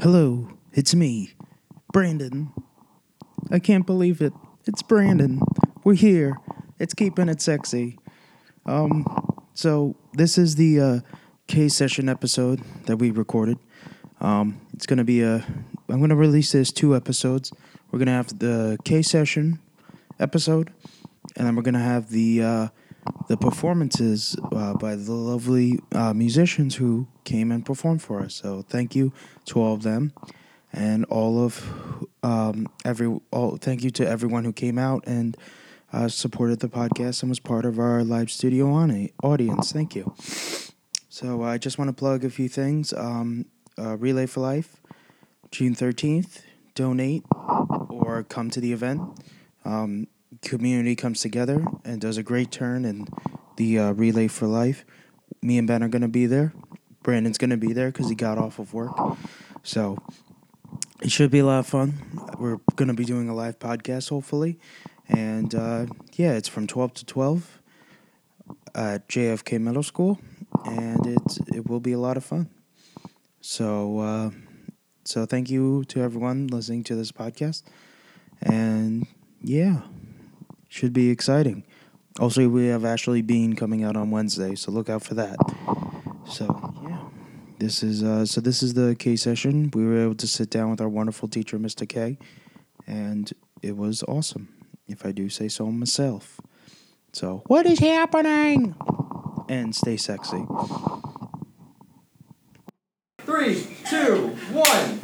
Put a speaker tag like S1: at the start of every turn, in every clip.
S1: Hello, it's me, Brandon. I can't believe it. It's Brandon. We're here. It's keeping it sexy. Um, so this is the uh, K session episode that we recorded. Um, it's gonna be a. I'm gonna release this two episodes. We're gonna have the K session episode, and then we're gonna have the uh, the performances uh, by the lovely uh, musicians who came and performed for us. So thank you to all of them, and all of um, every all. Thank you to everyone who came out and uh, supported the podcast and was part of our live studio on audience. Thank you. So uh, I just want to plug a few things. Um, uh, Relay for Life, June thirteenth. Donate or come to the event. Um, community comes together and does a great turn in the uh, Relay for Life. Me and Ben are gonna be there. Brandon's gonna be there because he got off of work. So it should be a lot of fun. We're going to be doing a live podcast, hopefully. And uh, yeah, it's from 12 to 12 at JFK Middle School. And it's, it will be a lot of fun. So, uh, so thank you to everyone listening to this podcast. And yeah, should be exciting. Also, we have Ashley Bean coming out on Wednesday, so look out for that. So yeah, this is uh, so this is the K session. We were able to sit down with our wonderful teacher, Mr. K, and it was awesome, if I do say so myself. So what is happening? And stay sexy.
S2: Three, two, one.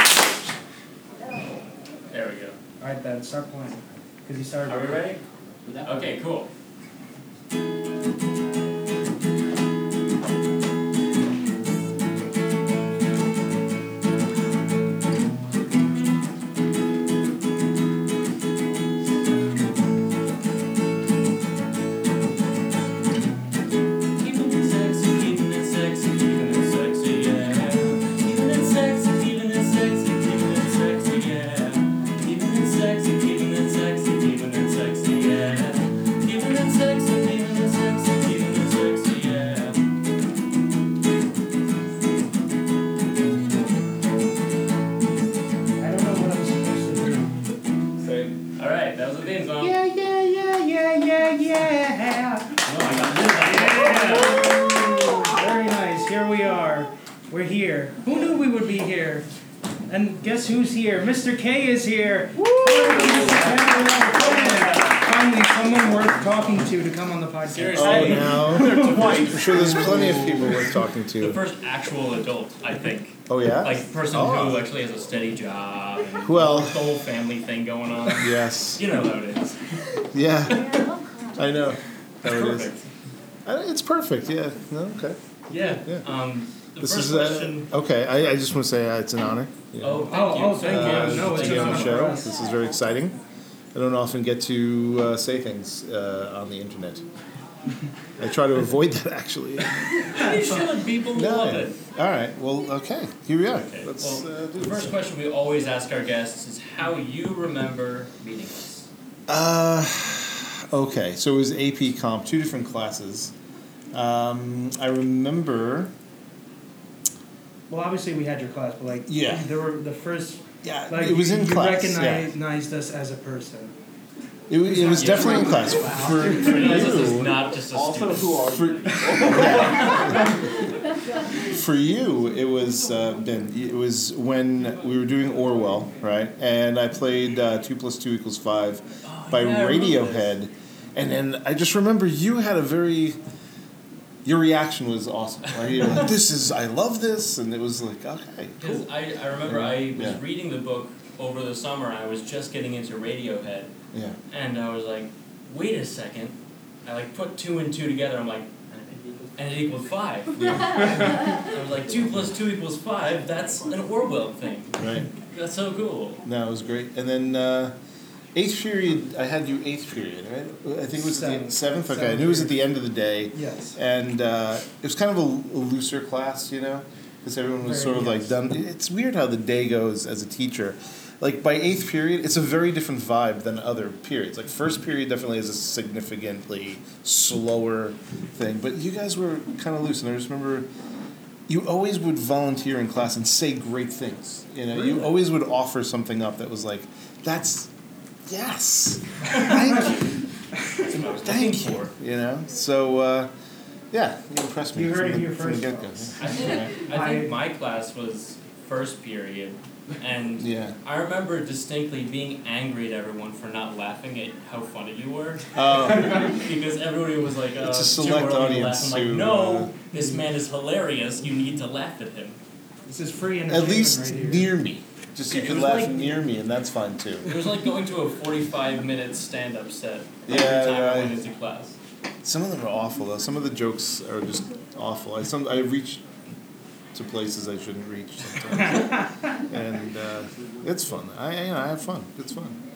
S3: There we go.
S4: All right, Ben, start playing. Because you started.
S3: Are we ready? Okay, cool. Keeping it sexy, keeping it sexy, keeping it sexy, yeah. Keeping it sexy, keeping it sexy, keeping it sexy, yeah. Keeping it sexy, keeping it sexy, keeping it sexy, yeah. Keeping it sexy, keeping it sexy, keeping it sexy, yeah.
S4: I don't know what I'm supposed to do.
S3: All right, that was the theme song.
S4: Yeah, yeah, yeah, yeah, yeah, yeah.
S3: Oh my God, this is-
S4: Very nice. Here we are. We're here. Who knew we would be here? And guess who's here? Mr. K is here. Finally, someone worth talking to to come on the podcast.
S3: Seriously.
S5: Oh, no.
S3: They're twice.
S5: I'm sure there's plenty of people worth talking
S3: The
S5: to.
S3: first actual adult, I think.
S5: Oh, yeah?
S3: Like person who
S5: Oh.
S3: actually has a steady job. and
S5: Well.
S3: the whole family thing going on.
S5: Yes.
S3: You know how it is.
S5: Yeah, I know. How it is.
S3: Perfect.
S5: Uh, It's perfect, yeah. No, okay.
S3: Yeah.
S5: Yeah.
S3: Um, the
S5: This
S3: first
S5: is, uh,
S3: question.
S5: okay, I, I just want to say uh, it's an honor. Yeah.
S3: Oh, thank
S4: Oh,
S3: you.
S4: oh, thank you.
S5: Uh,
S4: No,
S5: to
S4: it's
S5: be
S4: an
S5: on the
S4: honor
S5: show.
S4: for us.
S5: This is very exciting. I don't often get to uh, say things uh, on the internet. I try to avoid that, actually.
S3: You should. People love it.
S5: All right, well, okay. Here we are.
S3: Okay,
S5: Let's
S3: well,
S5: uh, do
S3: the
S5: this.
S3: first question we always ask our guests is how you remember meeting us.
S5: Uh, okay, so it was AP Comp, two different classes. Um, I remember.
S4: Well, obviously we had your class, but like,
S5: Yeah.
S4: there were the first.
S5: Yeah,
S4: Like,
S5: it was
S4: you,
S5: in
S4: you
S5: class. Yeah.
S4: recognized us as a person.
S5: It, wa- it was
S3: Yeah.
S5: definitely in class. For, for
S3: Because this is
S5: you,
S3: not just a student.
S5: for you, it was uh, Ben. It was when we were doing Orwell, right? And I played uh, two plus two equals five by
S3: yeah, Oh, I remember
S5: Radiohead, and then I just remember you had a very. Your reaction was awesome. Right? You were like, this is, I love this, and it was like, okay, cool.
S3: Because I, I remember I was
S5: Yeah.
S3: reading the book over the summer. I was just getting into Radiohead,
S5: Yeah.
S3: and I was like, wait a second. I like put two and two together. I'm like, and it equals five. I was like, two plus two equals five. That's an Orwell thing.
S5: Right.
S3: That's so cool.
S5: No, it was great. And then uh, eighth period, I had you eighth period, right? I think it was the
S4: Seventh.
S5: seventh. Okay, I
S4: Seventh
S5: knew it was at the end of the day,
S4: Yes.
S5: and uh, it was kind of a, a looser class, you know, because everyone was
S4: Very
S5: sort of like
S4: yes.
S5: done. It's weird how the day goes as a teacher. Like by eighth period, it's a very different vibe than other periods. Like first period definitely is a significantly slower thing, but you guys were kind of loose, and I just remember you always would volunteer in class and say great things. You know, you always would offer something up that was like, "That's yes, thank you, thank you." You know, so uh, yeah, you impressed me.
S4: You heard
S5: from
S4: it
S5: the,
S4: here
S5: from the
S4: first,
S5: get-go.
S4: folks.
S5: Yeah.
S3: I think, I
S4: I-
S3: think my class was first period, and
S5: Yeah.
S3: I remember distinctly being angry at everyone for not laughing at how funny you were,
S5: Oh,
S3: because everybody was like, uh,
S5: It's a
S3: "Jim,
S5: select
S3: we're all gonna
S5: audience
S3: laugh." I'm
S5: who,
S3: like,
S5: uh,
S3: no, this man is hilarious. You need to laugh at him.
S4: This is free entertainment
S5: at least
S4: right here.
S5: near me. Just you
S3: It
S5: could
S3: was
S5: laugh
S3: like-
S5: near me, and that's fine too.
S3: It was like going to a forty-five minute stand-up set every
S5: Yeah,
S3: time I
S5: right.
S3: went into class.
S5: Some of them are awful though. Some of the jokes are just awful. I some I reach to places I shouldn't reach sometimes, and uh, it's fun. I I- you know, I have fun. It's fun.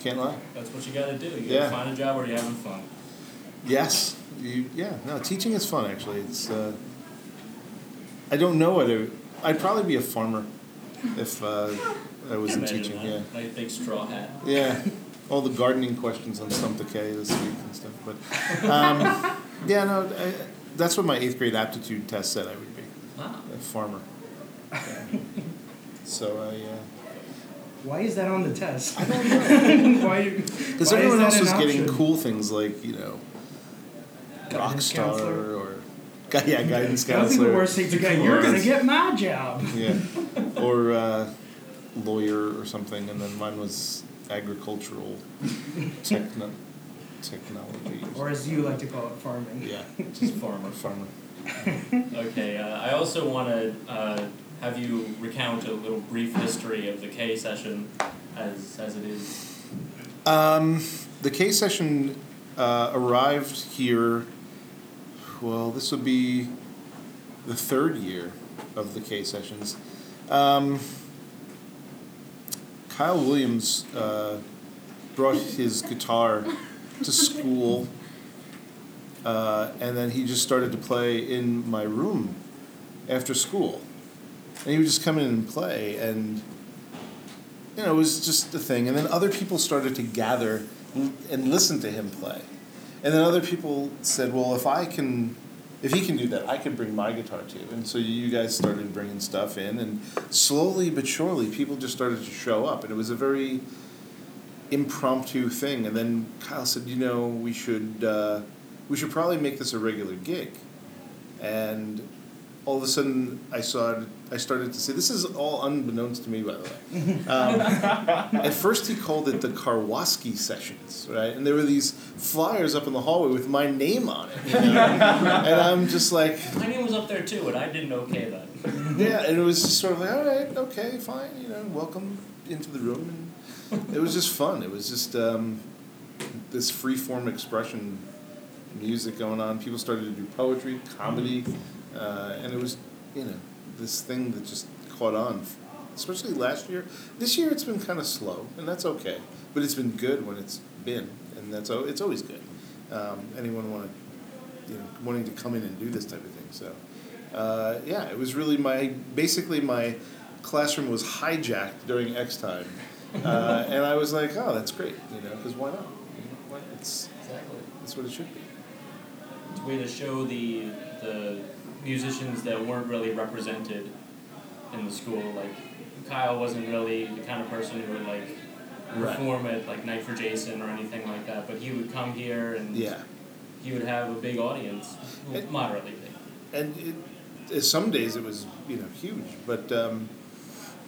S5: Can't lie.
S3: That's what you gotta do. You gotta
S5: Yeah.
S3: find a job where you're having fun.
S5: Yes. You, yeah. No. Teaching is fun. Actually, it's. Uh, I don't know what I. I'd probably be a farmer, if uh, I was in
S3: Imagine
S5: teaching.
S3: that.
S5: Yeah.
S3: Like big straw hat.
S5: Yeah, all the gardening questions on Stump Decay this week and stuff. But um, yeah, no, I, that's what my eighth grade aptitude test said I would be
S3: Wow.
S5: a farmer. Yeah. So I,
S4: Why is that on the test?
S5: uh, I don't
S4: Why?
S5: because
S4: why is
S5: everyone
S4: that
S5: else
S4: an
S5: was getting
S4: option?
S5: cool things like you know, rock
S4: Guidance
S5: star
S4: counselor.
S5: or gu- yeah, guidance
S4: That would be the
S5: counselor.
S4: worst thing to get. You're gonna get my job.
S5: Yeah, or uh, lawyer or something, and then mine was agricultural techno- technology.
S4: Or as you like to call it, farming.
S5: Yeah,
S3: Just farmer.
S5: farmer.
S3: Okay, uh, I also want to uh, have you recount a little brief history of the K session as, as it is.
S5: Um, the K session uh, arrived here. Well, this would be the third year of the K sessions. Um, Kyle Williams uh, brought his guitar to school, uh, and then he just started to play in my room after school. And he would just come in and play, and you know, it was just a thing. And then other people started to gather and listen to him play. And then other people said, well, if I can, if he can do that, I can bring my guitar too. And so you guys started bringing stuff in, and slowly but surely, people just started to show up. And it was a very impromptu thing. And then Kyle said, you know, we should, uh, we should probably make this a regular gig. And all of a sudden, I saw, I started to say, this is all unbeknownst to me, by the way. Um, At first, he called it the Karwaski sessions, right? And there were these flyers up in the hallway with my name on it, you know? and I'm just like,
S3: My name was up there too, and I didn't okay that.
S5: yeah. And it was just sort of like, all right, okay, fine, you know, welcome into the room. And it was just fun. It was just um, this free form expression, music going on. People started to do poetry, comedy, uh, and it was, you know, this thing that just caught on. Especially last year. This year it's been kind of slow, and that's okay. But it's been good when it's been, and that's al- it's always good. Um, anyone want to, you know, wanting to come in and do this type of thing. So, uh, yeah, it was really my basically my classroom was hijacked during X time, uh, and I was like, oh, that's great, you know, because why not? You know, why not? It's
S3: Exactly.
S5: that's what it should be.
S3: It's a way to show the, the musicians that weren't really represented in the school. Like, Kyle wasn't really the kind of person who would, like,
S5: Right.
S3: perform at, like, Night for Jason or anything like that, but he would come here and
S5: Yeah,
S3: he would have a big audience, well,
S5: It-
S3: moderately big.
S5: and it, uh, some days it was you know huge, but um,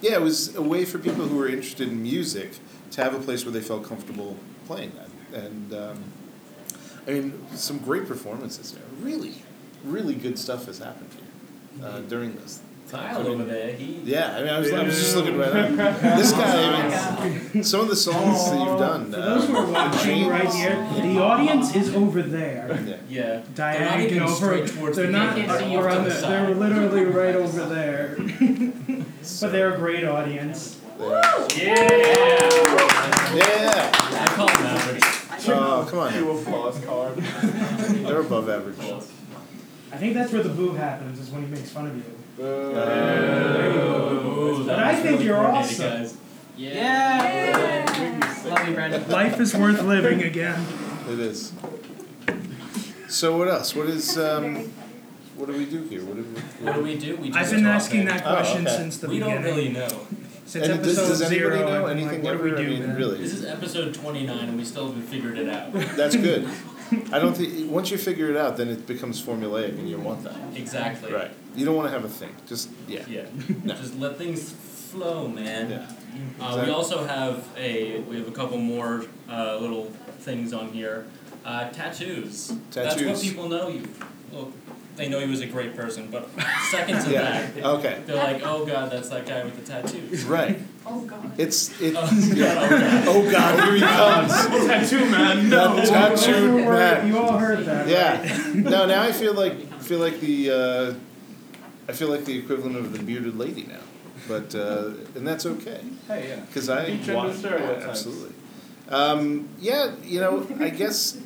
S5: yeah, it was a way for people who were interested in music to have a place where they felt comfortable playing that, and um, I mean some great performances there. Really, really good stuff has happened here uh, during this. time. I
S3: Kyle
S5: mean,
S3: over there, he
S5: Yeah, I mean, I was, I was just looking right at this guy. I mean, some of the songs that you've done.
S4: For those who
S5: uh,
S4: are watching
S5: James-
S4: right here, the audience is over there.
S5: Yeah.
S3: Yeah. They're not
S4: Diagonal
S3: even
S4: over.
S3: straight towards
S4: they're
S3: the
S4: not.
S3: can't see
S4: we're
S3: off to
S4: on
S3: the
S4: the,
S3: side.
S4: they're literally right over there. but they're a great audience.
S3: Yeah.
S5: Yeah.
S3: I call them average.
S5: Oh, come on.
S6: applause card.
S5: They're above average.
S4: I think that's where the boo happens. Is when he makes fun of you.
S3: Ooh,
S4: But I
S3: was
S4: think you're
S3: coordinated,
S4: awesome.
S3: Guys.
S6: Love you, Brandon.
S4: Life is worth living again.
S5: It is. So what else? What is um, What do we do here? What do we?
S3: What do we do? We just
S4: I've been
S3: talk
S4: asking
S3: now.
S4: that
S5: Oh,
S4: question
S5: okay.
S4: since the
S3: We
S4: beginning.
S3: don't really know.
S4: Since
S5: And does,
S4: episode
S5: does anybody
S4: zero, I've
S5: know
S4: been
S5: anything?
S4: like, what do we
S5: ever?
S4: do?
S5: I mean,
S4: man?
S5: really,
S3: This is episode 29, and we still haven't figured it out.
S5: that's good. I don't think once you figure it out, then it becomes formulaic, and you want that.
S3: Exactly.
S5: Right. You don't want to have a thing. Just yeah.
S3: Yeah. Just let things flow, man.
S5: Yeah.
S3: Uh, we also have a we have a couple more uh, little things on here. Uh, tattoos. That's what
S5: Tattoos.
S3: people know you. Well, they know you as a great person, but second to
S5: Yeah.
S3: that,
S5: Okay.
S3: they're like, "Oh God, that's that guy with the tattoos."
S5: Right.
S6: Oh god.
S5: It's it.
S3: Oh, God, oh, God.
S5: Oh God, here he comes.
S7: Tattoo man,
S5: no. The tattooed
S4: You all heard-
S5: man.
S4: You all heard that.
S5: Yeah. No, now I feel like feel like the uh, I feel like the equivalent of the bearded lady now, but uh, and that's okay
S7: Hey, yeah.
S5: because I
S7: Each end
S5: want-
S7: of stereotypes.
S5: absolutely. Um, yeah, you know, I guess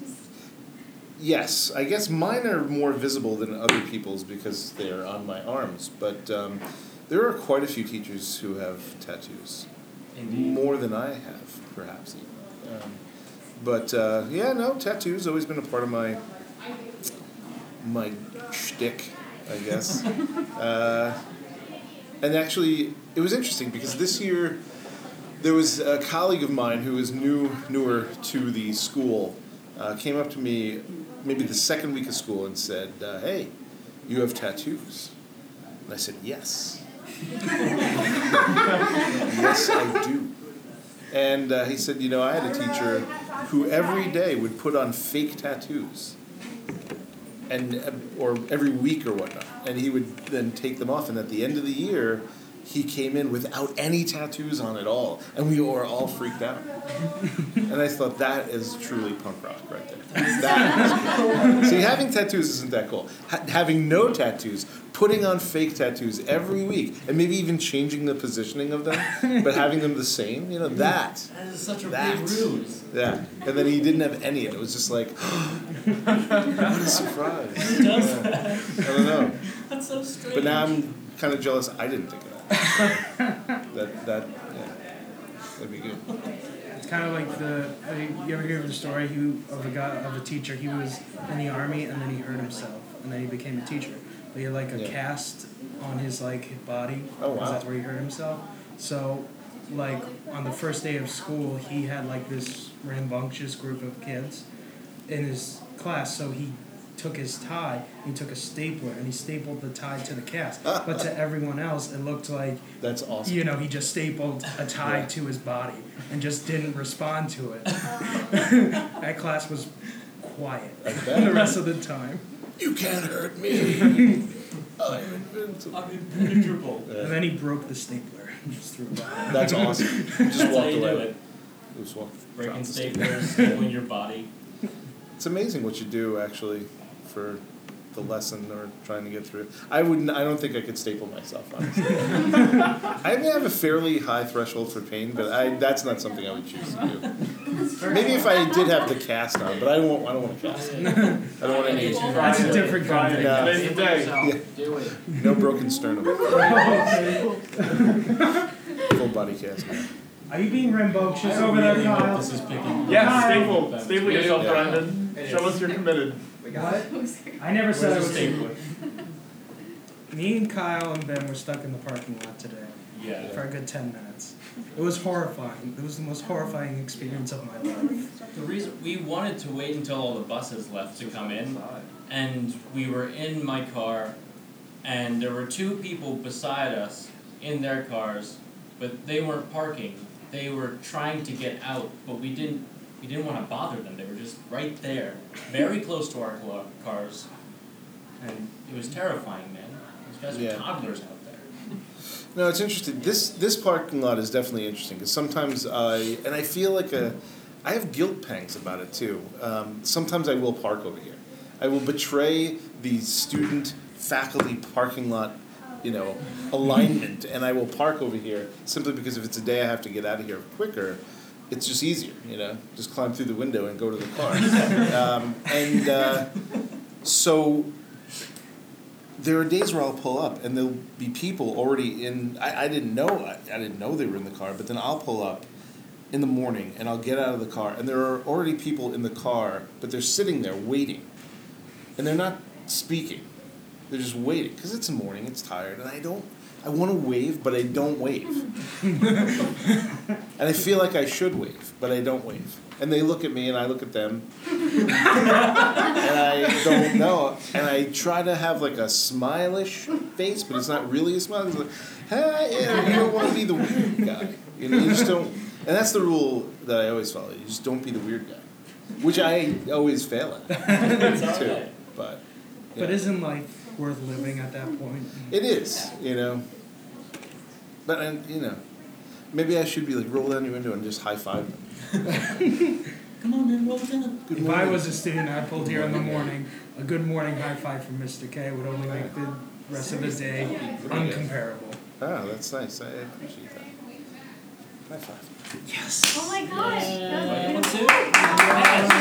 S5: yes, I guess mine are more visible than other people's because they are on my arms, but um, there are quite a few teachers who have tattoos
S3: Indeed.
S5: more than I have, perhaps. Even. Um, but uh, yeah, no, tattoos always been a part of my my shtick, I guess. uh, and actually, it was interesting because this year there was a colleague of mine who is new newer to the school uh, came up to me maybe the second week of school and said, uh, "Hey, you have tattoos." And I said, "Yes." Yes, I do. And uh, he said, you know, I had a teacher who every day would put on fake tattoos, and uh, or every week or whatnot, and he would then take them off. And at the end of the year, he came in without any tattoos on at all, and we were all freaked out. and I thought that is truly punk rock right there. That is- See, having tattoos isn't that cool. Ha- having no tattoos, putting on fake tattoos every week, and maybe even changing the positioning of them, but having them the same, you know, that.
S3: That is such a
S5: That.
S3: big ruse.
S5: Yeah, and then he didn't have any, and it was just like, what a surprise.
S3: Who does that?
S5: I don't know.
S3: That's so strange.
S5: But now I'm kind of jealous. I didn't think of that. that that yeah, that'd be good.
S4: It's kind of like the. uh, You ever hear of the story who, of a guy of a teacher? He was in the army and then he hurt himself and then he became a teacher. But he had like a
S5: Yeah.
S4: cast on his like body.
S5: Oh,
S4: because
S5: wow.
S4: That's where he hurt himself. So, like on the first day of school, he had like this rambunctious group of kids in his class. So he took his tie, he took a stapler, and he stapled the tie to the cast. but to everyone else, it looked like
S5: That's awesome.
S4: you know, he just stapled a tie
S5: Yeah.
S4: to his body and just didn't respond to it. that class was quiet
S5: I bet.
S4: the rest of the time.
S5: You can't hurt me. I'm invincible.
S3: I'm impenetrable.
S4: And then he broke the stapler and just threw it out.
S5: That's awesome. Just
S3: That's how
S5: walked
S3: you do
S5: away.
S3: it.
S5: Just walked.
S3: Breaking
S5: dropped the stick.
S3: staplers, stapling your body.
S5: It's amazing what you do actually for the lesson or trying to get through. I wouldn't. I don't think I could staple myself. Honestly, I may have a fairly high threshold for pain, but I that's not something I would choose to do. Maybe if I did have the cast on, but I won't. I don't want to cast. I don't want any.
S4: That's a different kind.
S7: Friday,
S5: No.
S7: today's the day.
S8: Do it.
S5: No broken sternum. Full body cast.
S4: Are you being rambunctious
S7: I
S4: over there,
S3: really hope
S4: Kyle?
S3: this is picking up.
S7: Yes,
S4: Hi.
S7: staple. Staple yourself,
S5: Yeah.
S7: Brandon. Show us you're committed.
S8: We got
S4: What?
S8: it.
S4: I never
S3: Where's
S4: said I
S3: the
S4: was.
S3: stapler?
S4: Me and Kyle and Ben were stuck in the parking lot today
S3: Yeah.
S4: for a good 10 minutes. It was horrifying. It was the most horrifying experience of my life.
S3: The reason we wanted to wait until all the buses left to come in, and we were in my car, and there were two people beside us in their cars, but they weren't parking. They were trying to get out, but we didn't. We didn't want to bother them. They were just right there, very close to our clo- cars, and it was terrifying, man. These guys
S5: Yeah.
S3: are toddlers out there.
S5: No, it's interesting. This this parking lot is definitely interesting because sometimes I and I feel like a, I have guilt pangs about it too. Um, sometimes I will park over here. I will betray the student faculty parking lot, you know, alignment, and I will park over here simply because if it's a day I have to get out of here quicker, it's just easier, you know, just climb through the window and go to the car. um, and uh, so there are days where I'll pull up and there'll be people already in. I, I didn't know I, I didn't know they were in the car, but then I'll pull up in the morning and I'll get out of the car and there are already people in the car, but they're sitting there waiting, and they're not speaking, They're just waiting because it's morning. It's tired, and I don't. I want to wave, but I don't wave. and I feel like I should wave, but I don't wave. And they look at me, and I look at them, and I don't know. And I try to have like a smilish face, but it's not really a smile. It's like, hey, yeah, you don't want to be the weird guy. You, know, you just don't. And that's the rule that I always follow. You just don't be the weird guy, which I always fail at too. But yeah.
S4: But isn't life worth living at that point?
S5: it is, you know. But and you know, maybe I should be like roll down your window and just high five them.
S3: Come on, then, roll it down.
S5: Good
S4: If I
S5: morning.
S4: was a student, I pulled here in the morning. A good morning high five from Mr. K would only make the rest of his day uncomparable.
S5: Ah, that's nice. I appreciate that. High five.
S1: Yes.
S6: Oh my god.
S3: Yeah. One,
S6: That
S3: two.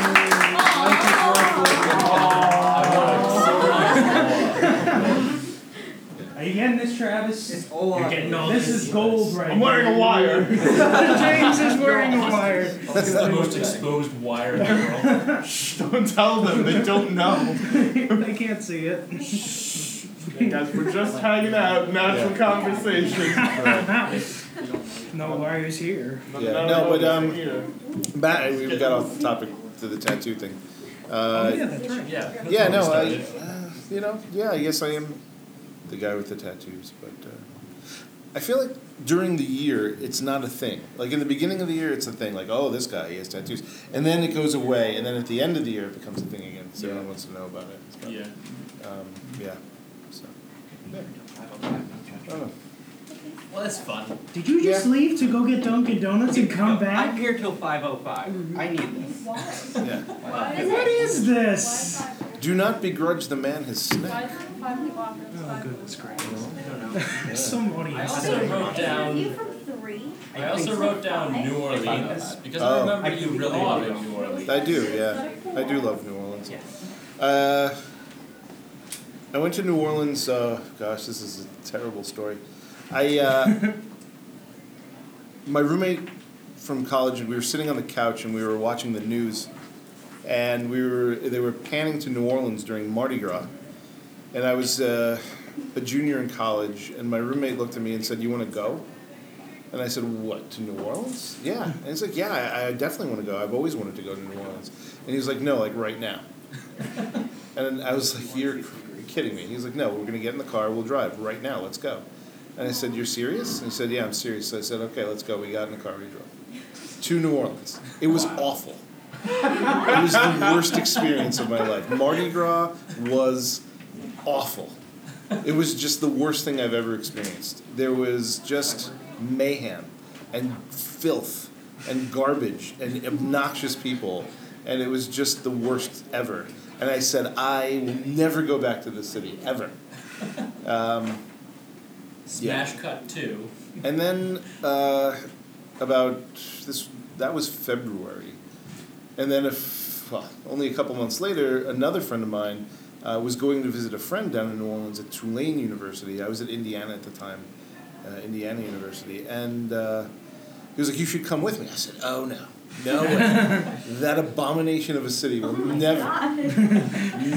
S4: Are you getting this, Travis? It's all
S2: You're getting all
S4: this.
S2: this.
S4: is gold right
S7: I'm wearing a wire.
S4: James is wearing a wire.
S3: That's the most exposed wire in the world.
S7: Shh, don't tell them. They don't know.
S4: they can't see it.
S7: Hey guys, we're just hanging out, natural conversation.
S4: No wires here.
S5: Yeah, no, but, um,
S7: here.
S5: Matt, we got off topic to the tattoo thing.
S4: Oh,
S5: Uh,
S4: yeah, that's right.
S3: Oh, Yeah. that's
S5: yeah,
S3: where
S5: no,
S3: we
S5: I,
S3: started.
S5: uh, you know, yeah, I guess I am the guy with the tattoos, but uh, I feel like during the year it's not a thing. Like in the beginning of the year, it's a thing. Like, oh, this guy he has tattoos, and then it goes away, and then at the end of the year, it becomes a thing again. So everyone wants to know about it. So,
S7: Yeah.
S5: Um, yeah. So. Yeah. I don't know.
S3: Well, that's fun.
S4: Did you just leave to go get Dunkin' Donuts and come
S8: I'm
S4: back?
S8: here till 5:05. I need this.
S6: Why?
S5: Yeah.
S6: Why is
S4: What
S6: it?
S4: is this?
S5: Do not begrudge the man his
S6: Why
S5: snack.
S6: is it five o'clock?
S4: Oh, goodness gracious.
S8: I don't know.
S4: Some
S3: I
S4: audience.
S3: also wrote
S6: Are you
S3: down.
S6: from three?
S3: I also wrote down New Orleans because I
S5: Oh.
S3: remember
S8: I
S3: you
S8: can be
S3: really
S8: the
S3: wanted
S8: audio.
S3: New Orleans.
S5: I do, yeah. I do love New Orleans.
S8: Yes.
S5: Uh, I went to New Orleans. Uh, gosh, this is a terrible story. I uh, my roommate from college. We were sitting on the couch and we were watching the news, and we were they were panning to New Orleans during Mardi Gras, and I was uh, a junior in college, and my roommate looked at me and said, "You want to go?" And I said, "What to New Orleans?" Yeah, and he's like, "Yeah, I, I definitely want to go. I've always wanted to go to New Orleans." And he's like, "No, like right now." And I was like, "You're kidding me." He's like, "No, we're gonna get in the car. We'll drive right now. Let's go." And I said, "You're serious?" And he said, "Yeah, I'm serious." So I said, "Okay, let's go." We got in the car. We drove to New Orleans. It was awful. it was the worst experience of my life. Mardi Gras was awful. It was just the worst thing I've ever experienced. There was just mayhem and filth and garbage and obnoxious people, and it was just the worst ever. And I said, I will never go back to this city, ever. Um,
S3: Smash cut two.
S5: and then uh, about this, that was February. And then, if, well, only a couple months later, another friend of mine uh, was going to visit a friend down in New Orleans at Tulane University. I was at Indiana at the time, uh, Indiana University, and uh, he was like, "You should come with me." I said, "Oh no, no way! that abomination of a city will never,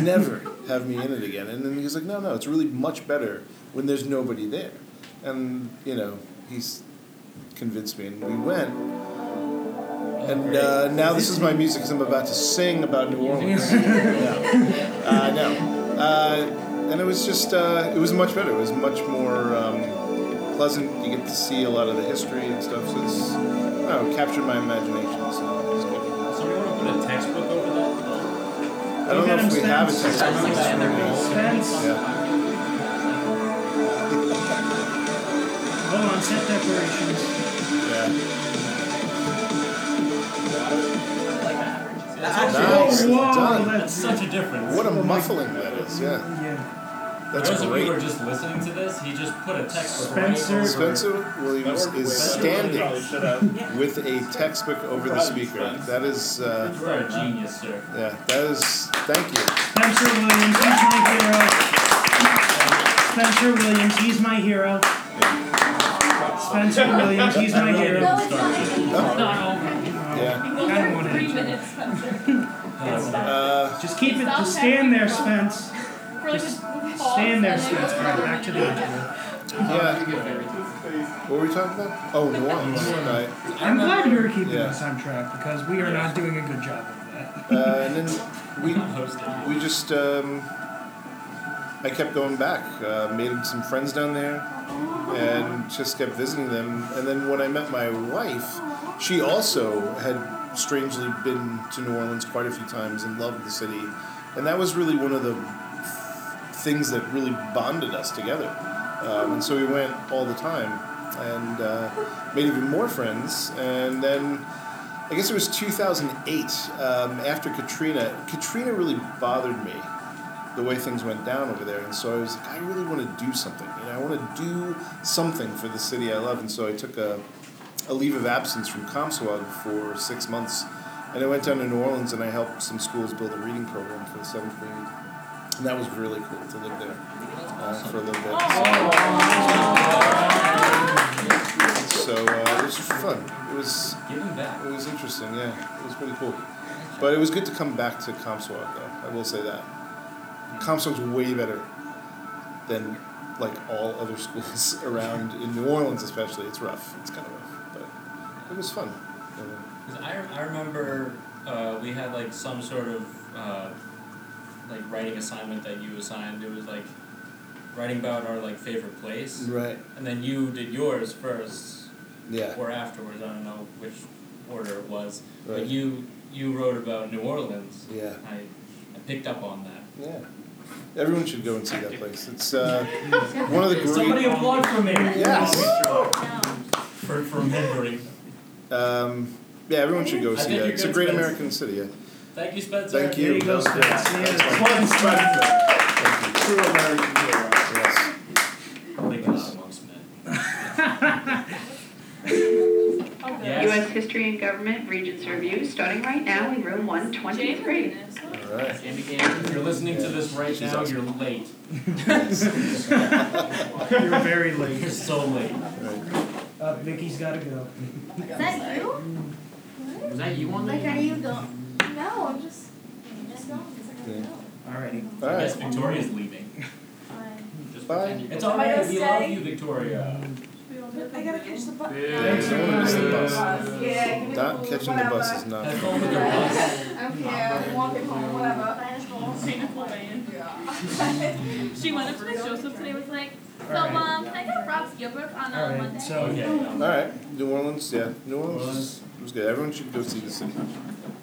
S5: never have me in it again." And then he was like, "No, no, it's really much better when there's nobody there." And you know, he's convinced me, and we went. And uh, now this is my music because I'm about to sing about New Orleans. no. Uh, no. Uh, and it was just, uh, it was much better. It was much more um, pleasant. You get to see a lot of the history and stuff. So it's, I don't know, captured my imagination. So it's good.
S3: So we want to put a textbook over that.
S5: I don't know if we have a text.
S4: Spence,
S5: Yeah.
S4: hold on, set decorations.
S5: yeah.
S4: Oh,
S5: Nice.
S4: whoa,
S5: Done.
S3: That's
S4: that's.
S3: such a difference.
S5: What a muffling that is. Yeah.
S4: Yeah.
S5: That's
S3: Those of you who are
S5: great.
S3: just listening to this, he just put a textbook
S4: Spencer-
S3: right over.
S5: Spencer Williams is standing
S7: standing.
S5: with a textbook over the speaker. That is, uh,
S3: You are a genius, sir.
S5: yeah, that is, thank you.
S4: Spencer Williams, he's my hero. Spencer Williams, he's my hero. Spencer Williams, he's my
S6: No,
S4: hero.
S6: it's not.
S3: Not over.
S5: Yeah.
S6: Those
S4: I don't
S6: are
S4: want
S6: Three
S4: it.
S6: minutes, Spencer.
S3: Uh,
S5: Uh,
S4: Just keep it, just stand there, Spence.
S6: For really
S4: Just
S6: good pause.
S4: Stand there,
S6: and then
S4: Spencer.
S6: go
S4: All right, back to the interview.
S5: Yeah.
S7: Face.
S5: What were we talking about? Oh, Nuance. Right.
S4: I'm glad you're keeping
S5: Yeah.
S4: us on track because we are not doing a good job of that.
S5: Uh, and then we we just um, I kept going back, uh, made some friends down there, and just kept visiting them. And then when I met my wife, she also had strangely been to New Orleans quite a few times and loved the city, and that was really one of the things that really bonded us together. Um, and so we went all the time and uh, made even more friends. And then I guess it was 2008 um, after Katrina. Katrina really bothered me the way things went down over there. And so I was like, I really want to do something. You know, I want to do something for the city I love. And so I took a, a leave of absence from Comswag for six months. And I went down to New Orleans and I helped some schools build a reading program for the seventh grade. And that was really cool to live there uh, for a little bit. So, so uh, it was fun. It was
S3: Giving back.
S5: it was interesting, yeah. It was pretty cool. But it was good to come back to Comstock, though. I will say that. Comstock's way better than like all other schools around in New Orleans, especially. It's rough. It's kind of rough, but it was fun. Uh,
S3: 'Cause I, I remember uh, we had like some sort of uh, like writing assignment that you assigned. It was like writing about our like favorite place,
S5: Right.
S3: and then you did yours first
S5: Yeah.
S3: or afterwards. I don't know which order it was,
S5: Right.
S3: but you you wrote about New Orleans.
S5: Yeah.
S3: I, I picked up on that.
S5: Yeah. Everyone should go and see that place. It's uh, one of the
S3: Somebody
S5: great.
S3: applaud for me.
S5: Yes.
S6: down.
S3: For for remembering.
S5: Um, yeah, everyone should go
S3: I
S5: see
S3: think
S5: that.
S3: you're
S5: It's a
S3: good
S5: great
S3: friends.
S5: American city. Yeah.
S3: Thank you, Spencer.
S5: Thank you.
S4: There you go,
S5: That was
S4: Spencer.
S5: great.
S4: Yeah.
S5: That's fun. Thank you.
S7: True American hero.
S3: Thank
S5: Yes.
S3: you, amongst men.
S6: Oh, good.
S3: Yeah.
S9: U.S. History and Government Regents Review, starting right now in room
S6: James
S9: 123.
S6: reading this.
S5: All right.
S3: Andy Gannon, if you're listening to this right
S5: She's
S3: now,
S5: awesome.
S3: you're late.
S4: You're very
S3: You're
S4: late.
S3: so late.
S4: Uh, Vicky's got to go.
S6: Is that you?
S3: Was that you on
S6: Like,
S3: that?
S6: are you going? No, I'm just. I'm just going 'cause I gotta
S5: Yeah.
S6: go.
S4: Alrighty.
S5: All
S3: I guess
S5: right.
S3: Victoria's leaving.
S6: Fine.
S3: Just
S5: Bye.
S3: pretend you- It's all right. We love you, Victoria.
S6: I gotta catch the bus.
S5: Thanks. Don't want to miss the bus.
S10: Yeah, you
S5: Not catching the bus is not.
S3: Have fun with the bus.
S10: yeah, walking home, whatever.
S6: Painful man.
S10: She
S6: went up to Miss Joseph today was like, so um, can I get Rob's yearbook on uh, Monday?
S4: Alright, so.
S3: Okay.
S5: All
S3: um,
S5: right. New Orleans, yeah. New Orleans
S4: Orleans.
S5: was, was good. Everyone should go see the city.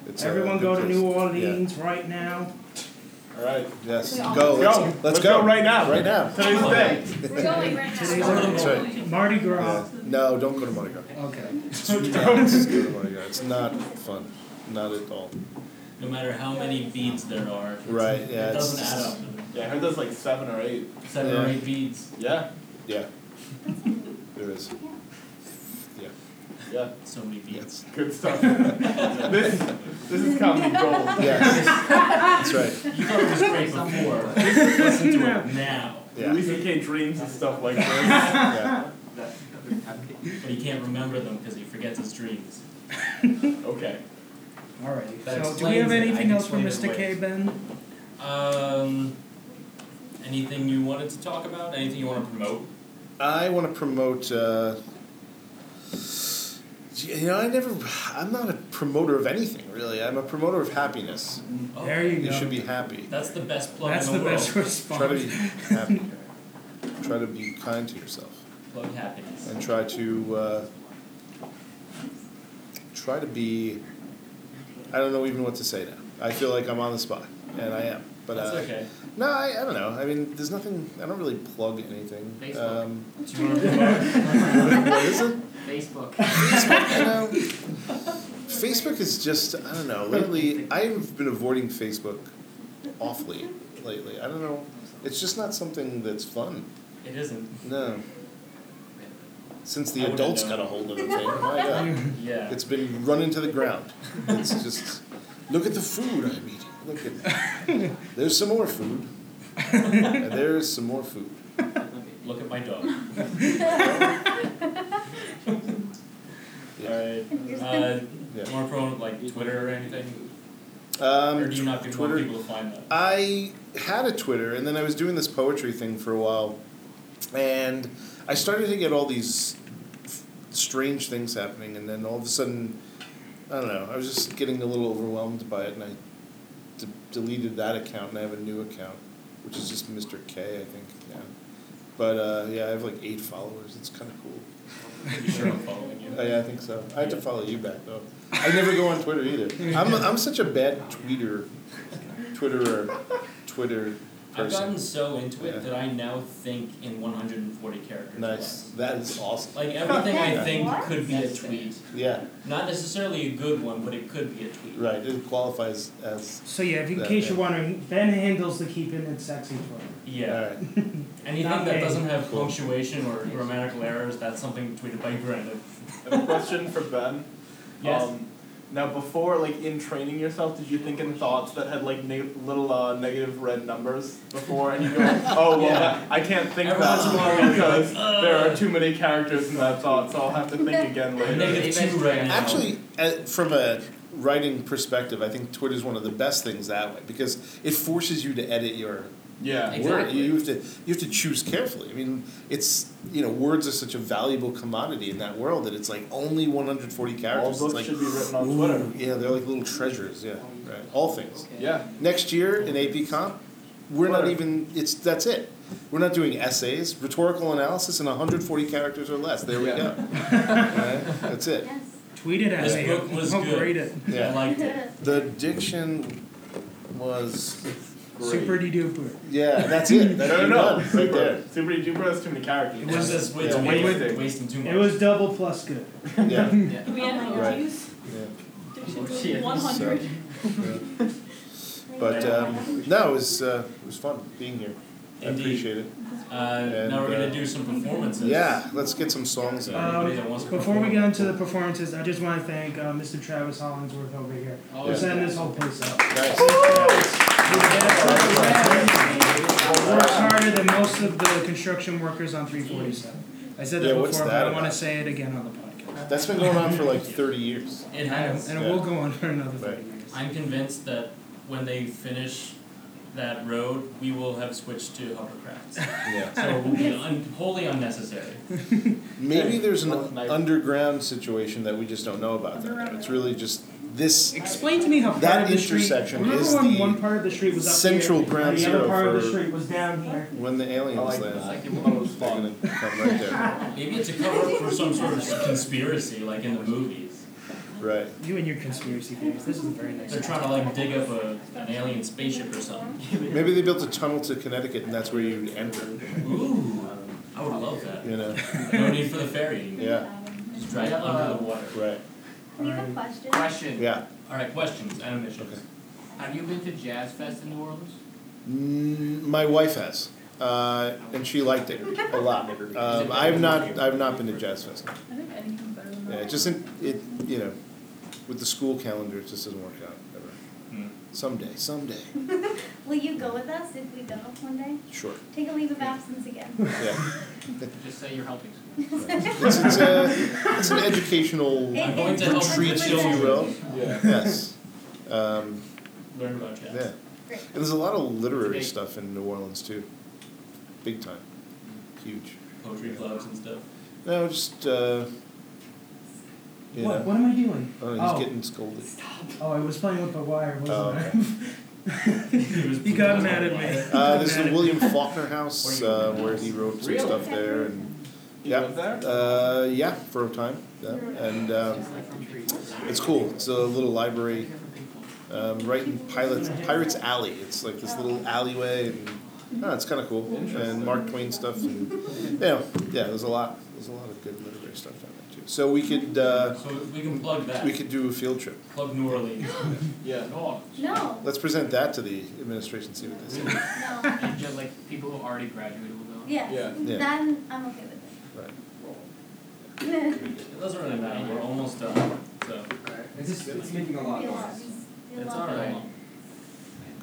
S5: It's a
S4: Everyone
S5: good
S4: go to
S5: place.
S4: New Orleans right now.
S5: Yeah. All right. Yes.
S10: We all-
S5: Go. Let's,
S7: Go.
S5: let's go.
S7: right now.
S5: Right now.
S7: Today's the day.
S6: We're going right
S4: Today's
S6: now.
S4: our
S5: That's right.
S4: Mardi
S5: Yeah.
S4: Gras.
S5: No, don't go to Mardi Gras.
S4: Okay.
S5: Let's go to Mardi Gras. It's not fun. Not at all.
S3: No matter how many beads there are,
S5: Right. Yeah.
S3: it
S5: It's,
S3: doesn't add up.
S7: Yeah, I heard there's like seven or eight.
S3: Seven or
S5: Yeah.
S3: eight beads.
S7: Yeah,
S5: yeah. There is. Yeah.
S7: yeah.
S3: So many beads.
S5: Yes.
S7: Good stuff. this this is comedy gold.
S5: Yes. That's right.
S3: You thought it was great before. Listen to it now,
S5: Yeah.
S7: Louis C.K. dreams of stuff like this.
S5: Yeah.
S3: but he can't remember them because he forgets his dreams.
S7: okay.
S4: Alrighty.
S3: That
S4: So, do we
S3: explains
S4: have
S3: it. I
S4: anything
S3: can
S4: else for
S3: explain
S4: Mr.
S3: it
S4: K, Ben?
S3: Um, anything you wanted to talk about? Anything you want to promote?
S5: I want to promote. Uh, you know, I never. I'm not a promoter of anything really. I'm a promoter of happiness.
S3: Oh,
S4: There you
S5: You
S4: go.
S5: should be happy.
S3: That's the best plug
S4: That's
S3: in the,
S4: the
S3: world.
S4: best
S5: Try to be
S4: response.
S5: happy. try to be kind to yourself,
S3: Plug happiness.
S5: and try to uh, try to be. I don't know even what to say now. I feel like I'm on the spot, and I am. But
S3: That's
S5: uh,
S3: okay.
S5: no, I, I don't know. I mean, there's nothing. I don't really plug anything.
S3: Facebook.
S5: Um,
S3: Do you want to promote?
S5: what is it?
S3: Facebook.
S5: You know, Facebook is just I don't know. Lately, I've been avoiding Facebook awfully lately. I don't know. It's just not something that's fun.
S3: It isn't.
S5: No. Since
S3: I
S5: the
S3: wouldn't
S5: adults
S3: know.
S5: got a hold of the thing, my God,
S3: Yeah.
S5: it's been run into the ground. It's just look at the food I'm eating. Look at there's some more food, and there's some more food.
S3: Look at my dog.
S5: Yeah.
S3: Alright. Uh,
S5: Yeah.
S3: More prone like Twitter or anything?
S5: Um,
S3: Or do you not want
S5: Twitter-
S3: people to find that?
S5: I had a Twitter, and then I was doing this poetry thing for a while, and I started to get all these f- strange things happening, and then all of a sudden, I don't know, I was just getting a little overwhelmed by it, and I d- deleted that account, and I have a new account, which is just Mr. K, I think. Yeah, but uh, yeah, I have like eight followers. It's kind of cool.
S3: You sure I'm following you?
S5: Oh, yeah, I think so. I had to follow you back though. I never go on Twitter either. I'm, I'm such a bad tweeter, Twitterer, Twitter
S3: I've
S5: person.
S3: gotten so into it
S5: Yeah.
S3: that I now think in 140 characters.
S5: Nice. That is awesome.
S3: Like everything I
S5: Yeah.
S3: think could be a tweet.
S5: Yeah,
S3: Not necessarily a good one, but it could be a tweet.
S5: right. It qualifies as.
S4: So yeah, if you, in
S5: that,
S4: case
S5: yeah.
S4: you're wondering, Ben handles the keeping it sexy for him.
S3: Yeah.
S5: All right.
S3: Anything
S4: Not
S3: that
S4: me.
S3: doesn't have punctuation or grammatical errors, that's something tweeted by Brandon.
S7: I have a question for Ben.
S3: Yes.
S7: Um, now, before, like in training yourself, did you think in thoughts that had like neg- little uh, negative red numbers before, and you go, "Oh well,
S3: Yeah.
S7: that- I can't think
S3: Every once in a while,
S7: that
S3: you'll be like, uh,
S7: because there are too many characters in that thought, so I'll have to think again later."
S3: Negative two right now.
S5: Actually, uh, from a writing perspective, I think Twitter is one of the best things that way because it forces you to edit your
S7: Yeah.
S5: word.
S3: Exactly.
S5: You have to you have to choose carefully. I mean, it's you know words are such a valuable commodity in that world that it's like only 140
S7: All
S5: characters.
S7: books
S5: it's like,
S7: should be written on Twitter.
S5: Yeah, they're like little treasures. Yeah, right. All things.
S7: Yeah.
S5: Next year in AP Comp, we're not
S7: Right.
S5: even. It's that's it. We're not doing essays, rhetorical analysis, and 140 characters or less. There we
S7: Yeah.
S5: go. Right? That's it.
S6: Yes.
S4: Tweet it at
S3: This
S4: me.
S3: book was
S4: I'll
S3: good.
S4: grade it.
S5: Yeah.
S3: I liked it.
S5: The diction was great.
S4: Super de duper.
S5: Yeah, that's it. That's
S7: No, no,
S5: you're
S7: no.
S5: done right
S7: Super,
S5: there.
S7: super duper has too many characters.
S4: It
S3: It was just way
S5: Yeah.
S3: too
S7: Way
S3: wasting,
S7: too-
S3: wasting too much.
S4: It was double plus good.
S5: Yeah.
S11: Do we have
S5: Right.
S11: to use
S5: yeah.
S3: Oh,
S11: dictionary 100?
S5: But um, no, it was uh, it was fun being here. I
S3: Indeed.
S5: appreciate it.
S3: Uh, now we're
S5: And, uh,
S3: gonna do some performances.
S5: Yeah, let's get some songs in.
S3: Yeah, anybody that wants to
S4: Um, before we
S3: perform.
S4: get into the performances, I just want to thank uh, Mr. Travis Hollingsworth over here
S3: Oh,
S4: for
S5: yeah.
S4: setting this whole place up.
S5: Nice.
S4: He works harder than most of the construction workers on 347. I said that
S5: Yeah,
S4: before,
S5: what's
S4: but
S5: that
S4: I want
S5: about?
S4: to say it again on the podcast.
S5: That's been going on for like 30 years.
S3: It
S4: And,
S3: has.
S4: and
S5: Yeah.
S4: it will go on for another
S5: Right.
S4: 30 years.
S3: I'm convinced that when they finish that road, we will have switched to hovercrafts.
S5: Yeah.
S3: So it will be un- wholly unnecessary.
S5: Maybe there's an
S7: Well, nice.
S5: underground situation that we just don't know about. That. It's really just this
S4: Explain to me how
S5: That
S4: part of the street.
S5: intersection
S4: remember
S5: is
S4: when
S5: the
S4: one part of the street was up
S5: central
S4: here,
S5: ground
S4: and the
S5: zero
S4: other part of
S5: for-
S4: the street was down here.
S5: when the aliens
S7: I like
S5: land.
S7: that. It was
S5: They're
S7: fun.
S5: gonna come right there.
S3: Maybe it's a cover up for some sort of conspiracy, like in the movies.
S5: Right.
S4: You and your conspiracy theories. This is very nice.
S3: They're trying to like dig up a, an alien spaceship or something.
S5: Maybe they built a tunnel to Connecticut, and that's where you enter.
S3: Ooh, I would love that.
S5: You know.
S3: No need for the ferry.
S5: Yeah.
S3: Just drive under the water.
S5: Right.
S6: You have a question?
S12: Question.
S5: Yeah.
S3: All right, questions and omissions.
S5: Okay.
S12: Have you been to Jazz Fest in New Orleans?
S5: Mm, my wife has, uh, and she liked it a lot. Um, I've not. I've not been to Jazz Fest.
S11: I think anything's better than
S5: Yeah,
S11: that.
S5: it just in, it. You know, with the school calendar, it just doesn't work out ever.
S3: Hmm.
S5: Someday. Someday.
S6: Will you go with us if we go one day?
S5: Sure.
S6: Take a leave of absence again.
S5: Yeah.
S12: Just say you're helping.
S5: It's, it's, a, it's an educational
S6: Hey,
S3: I'm going to help
S5: retreat,
S3: the
S5: if you
S3: children
S5: will.
S7: Yeah.
S5: Yes. Um,
S3: learn about jazz.
S5: yeah.
S6: Great.
S5: And there's a lot of literary
S12: Today.
S5: stuff in New Orleans too. Big time. Huge.
S3: Poetry clubs and stuff.
S5: No, just uh, you
S4: What?
S5: know.
S4: What am I doing?
S5: Oh, he's
S4: oh.
S5: getting scolded.
S4: Oh, I was playing with the wire, wasn't
S5: Oh,
S4: I?
S5: okay.
S3: He was-
S4: He got mad at me.
S5: Uh, there's
S4: Mad
S5: the
S4: at
S5: William
S4: me.
S5: Faulkner House uh, where he wrote some
S12: Really?
S5: stuff there, and
S7: You
S5: Yeah.
S7: live there?
S5: uh, yeah, for a time, yeah. and um, it's cool. It's a little library um, right in Pirates Pirates Alley. It's like this little alleyway, and oh, it's kind of cool. And Mark Twain stuff, and you know, yeah, there's a lot. There's a lot of good literary stuff down there too. So we could uh,
S3: So we can plug that.
S5: we could do a field trip.
S3: plug New Orleans.
S7: Yeah.
S12: No,
S6: No,
S5: Let's present that to the administration. See what they say.
S6: no.
S12: just like people who already graduated will go.
S6: Yes.
S7: Yeah.
S5: Yeah.
S6: Then I'm okay with
S5: Right.
S6: it.
S3: It doesn't really matter. We're almost done. So
S13: It's just it's making a lot of noise.
S3: it's all right.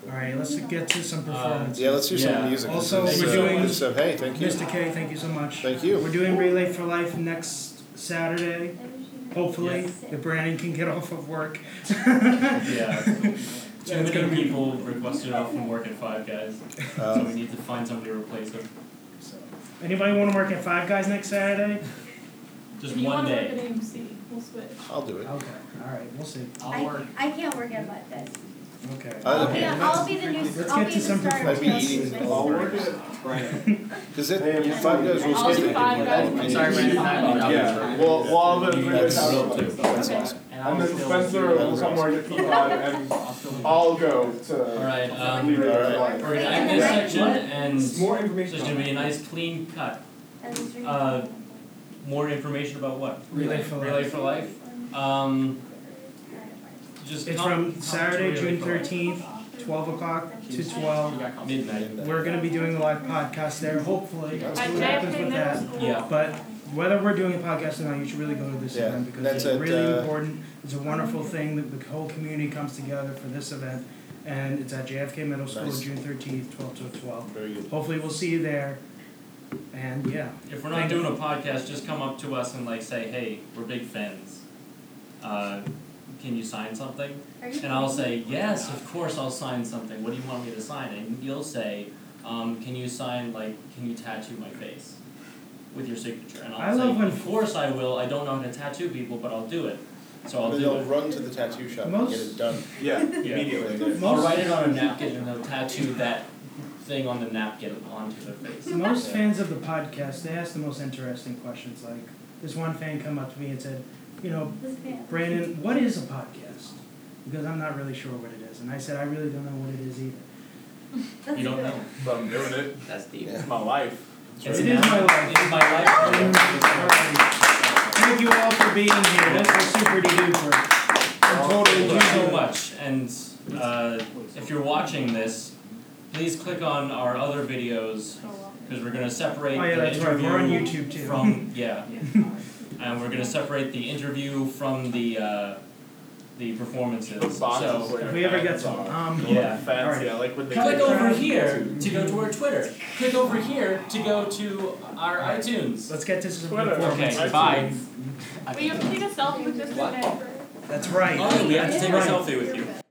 S4: All right, let's get to
S3: Uh,
S4: some performances.
S5: Yeah, let's hear
S3: Yeah.
S5: some music.
S4: Also,
S5: This is,
S4: we're
S5: uh,
S4: doing-
S5: this- So hey, thank you.
S4: Mr. K, thank you so much.
S5: Thank you.
S4: We're doing Relay for Life next Saturday. Hopefully, if Brandon can get off of work.
S3: Yeah. Too
S4: Yeah, it's
S3: many
S4: gonna be-
S3: people requested off from work at Five Guys,
S5: Uh,
S3: so
S5: Um,
S3: we need to find somebody to replace them.
S14: Anybody want to work at Five Guys next Saturday?
S3: Just
S15: If you
S3: one
S15: wanna work
S3: day.
S15: at AMC, we'll switch.
S5: I'll do it.
S4: Okay, all right, we'll see.
S16: I'll work.
S6: I can't work at like this.
S4: Okay.
S5: I'll
S6: be- I'll be the new-
S4: Let's
S6: I'll
S4: get
S6: be
S4: to
S6: the
S4: some
S6: starter.
S5: I'd be
S4: performance.
S5: eating all work. Because that five guys will
S16: I'll do
S5: stay.
S16: Five Guys. I'm sorry, Brandon, I'm-
S7: Yeah, well, well, I'll let him figure it
S5: That's
S7: out.
S5: that's awesome.
S7: And then Spencer will come work at Peapod, and I'll go to.
S3: Alright, um,
S7: Leave it
S3: we're
S7: alone.
S3: gonna end this section and
S17: More
S3: there's
S17: information.
S3: gonna be a nice clean cut.
S6: And it's really-
S3: Uh, more information about what?
S4: Relay for
S3: Relay for Life. Um, just
S4: It's
S3: come-
S4: from
S3: come to
S4: Saturday,
S3: Relay
S4: June
S3: for Life.
S4: thirteenth, twelve o'clock to twelve.
S3: Midnight.
S4: We're gonna be doing a live podcast there, hopefully. We'll see what happens with that.
S3: Yeah.
S4: But whether we're doing a podcast or not, you should really go to this
S5: Yeah,
S4: event because
S5: that's
S4: it's
S5: at,
S4: really
S5: uh,
S4: important. It's a wonderful thing that the whole community comes together for this event, and it's at JFK Middle School,
S5: Nice.
S4: June thirteenth, twelve to twelve.
S5: Very good.
S4: Hopefully, we'll see you there. And yeah,
S3: If we're not doing a podcast, just come up to us and like say, "Hey, we're big fans. Uh, can you sign something?"
S6: Are you-
S3: And I'll say, "Yes, of course, I'll sign something. What do you want me to sign?" And you'll say, um, "Can you sign like Can you tattoo my face with your signature?" And I'll
S4: I
S3: say,
S4: love when-
S3: "Of course I will. I don't know how to tattoo people, but I'll do it. So I'll
S5: Then
S3: do
S5: they'll
S3: it."
S5: run to the tattoo shop and get it
S4: Most-
S5: done.
S7: Yeah, immediately.
S3: I'll write it on a napkin and they'll tattoo that thing on the napkin onto their face.
S4: Most fans of the podcast, they ask the most interesting questions. Like this one fan come up to me and said, you know,
S6: This man.
S4: Brandon, what is a podcast? Because I'm not really sure what it is. And I said, I really don't know what it is either.
S6: That's
S3: You don't
S6: good.
S3: know.
S7: But I'm doing it.
S3: That's deep.
S7: It's my life.
S3: It's
S4: It is my life.
S3: It is my life.
S4: Thank you all for being here. That was super duper. I'm totally
S3: Thank you so
S4: enjoying it.
S3: much. And uh, if you're watching this, please click on our other videos because we're gonna separate
S4: Oh, yeah,
S3: the
S4: that's right.
S3: interview
S4: We're on YouTube, too.
S3: from yeah, and we're gonna separate the interview from the uh, the performances.
S7: Boxes
S3: So
S7: where
S4: If we ever get
S7: fans
S4: some,
S7: are.
S4: um,
S3: yeah.
S7: Fans,
S4: Alright.
S7: yeah, like when they.
S3: Click over here to go to our Twitter. Click over here to go to our iTunes.
S4: let's get to some
S7: Twitter.
S4: performances.
S3: Okay,
S7: iTunes.
S3: bye.
S15: We have to take a selfie with this.
S3: What?
S15: today.
S4: That's right.
S3: Oh, we have to take a
S4: Right.
S3: selfie with you.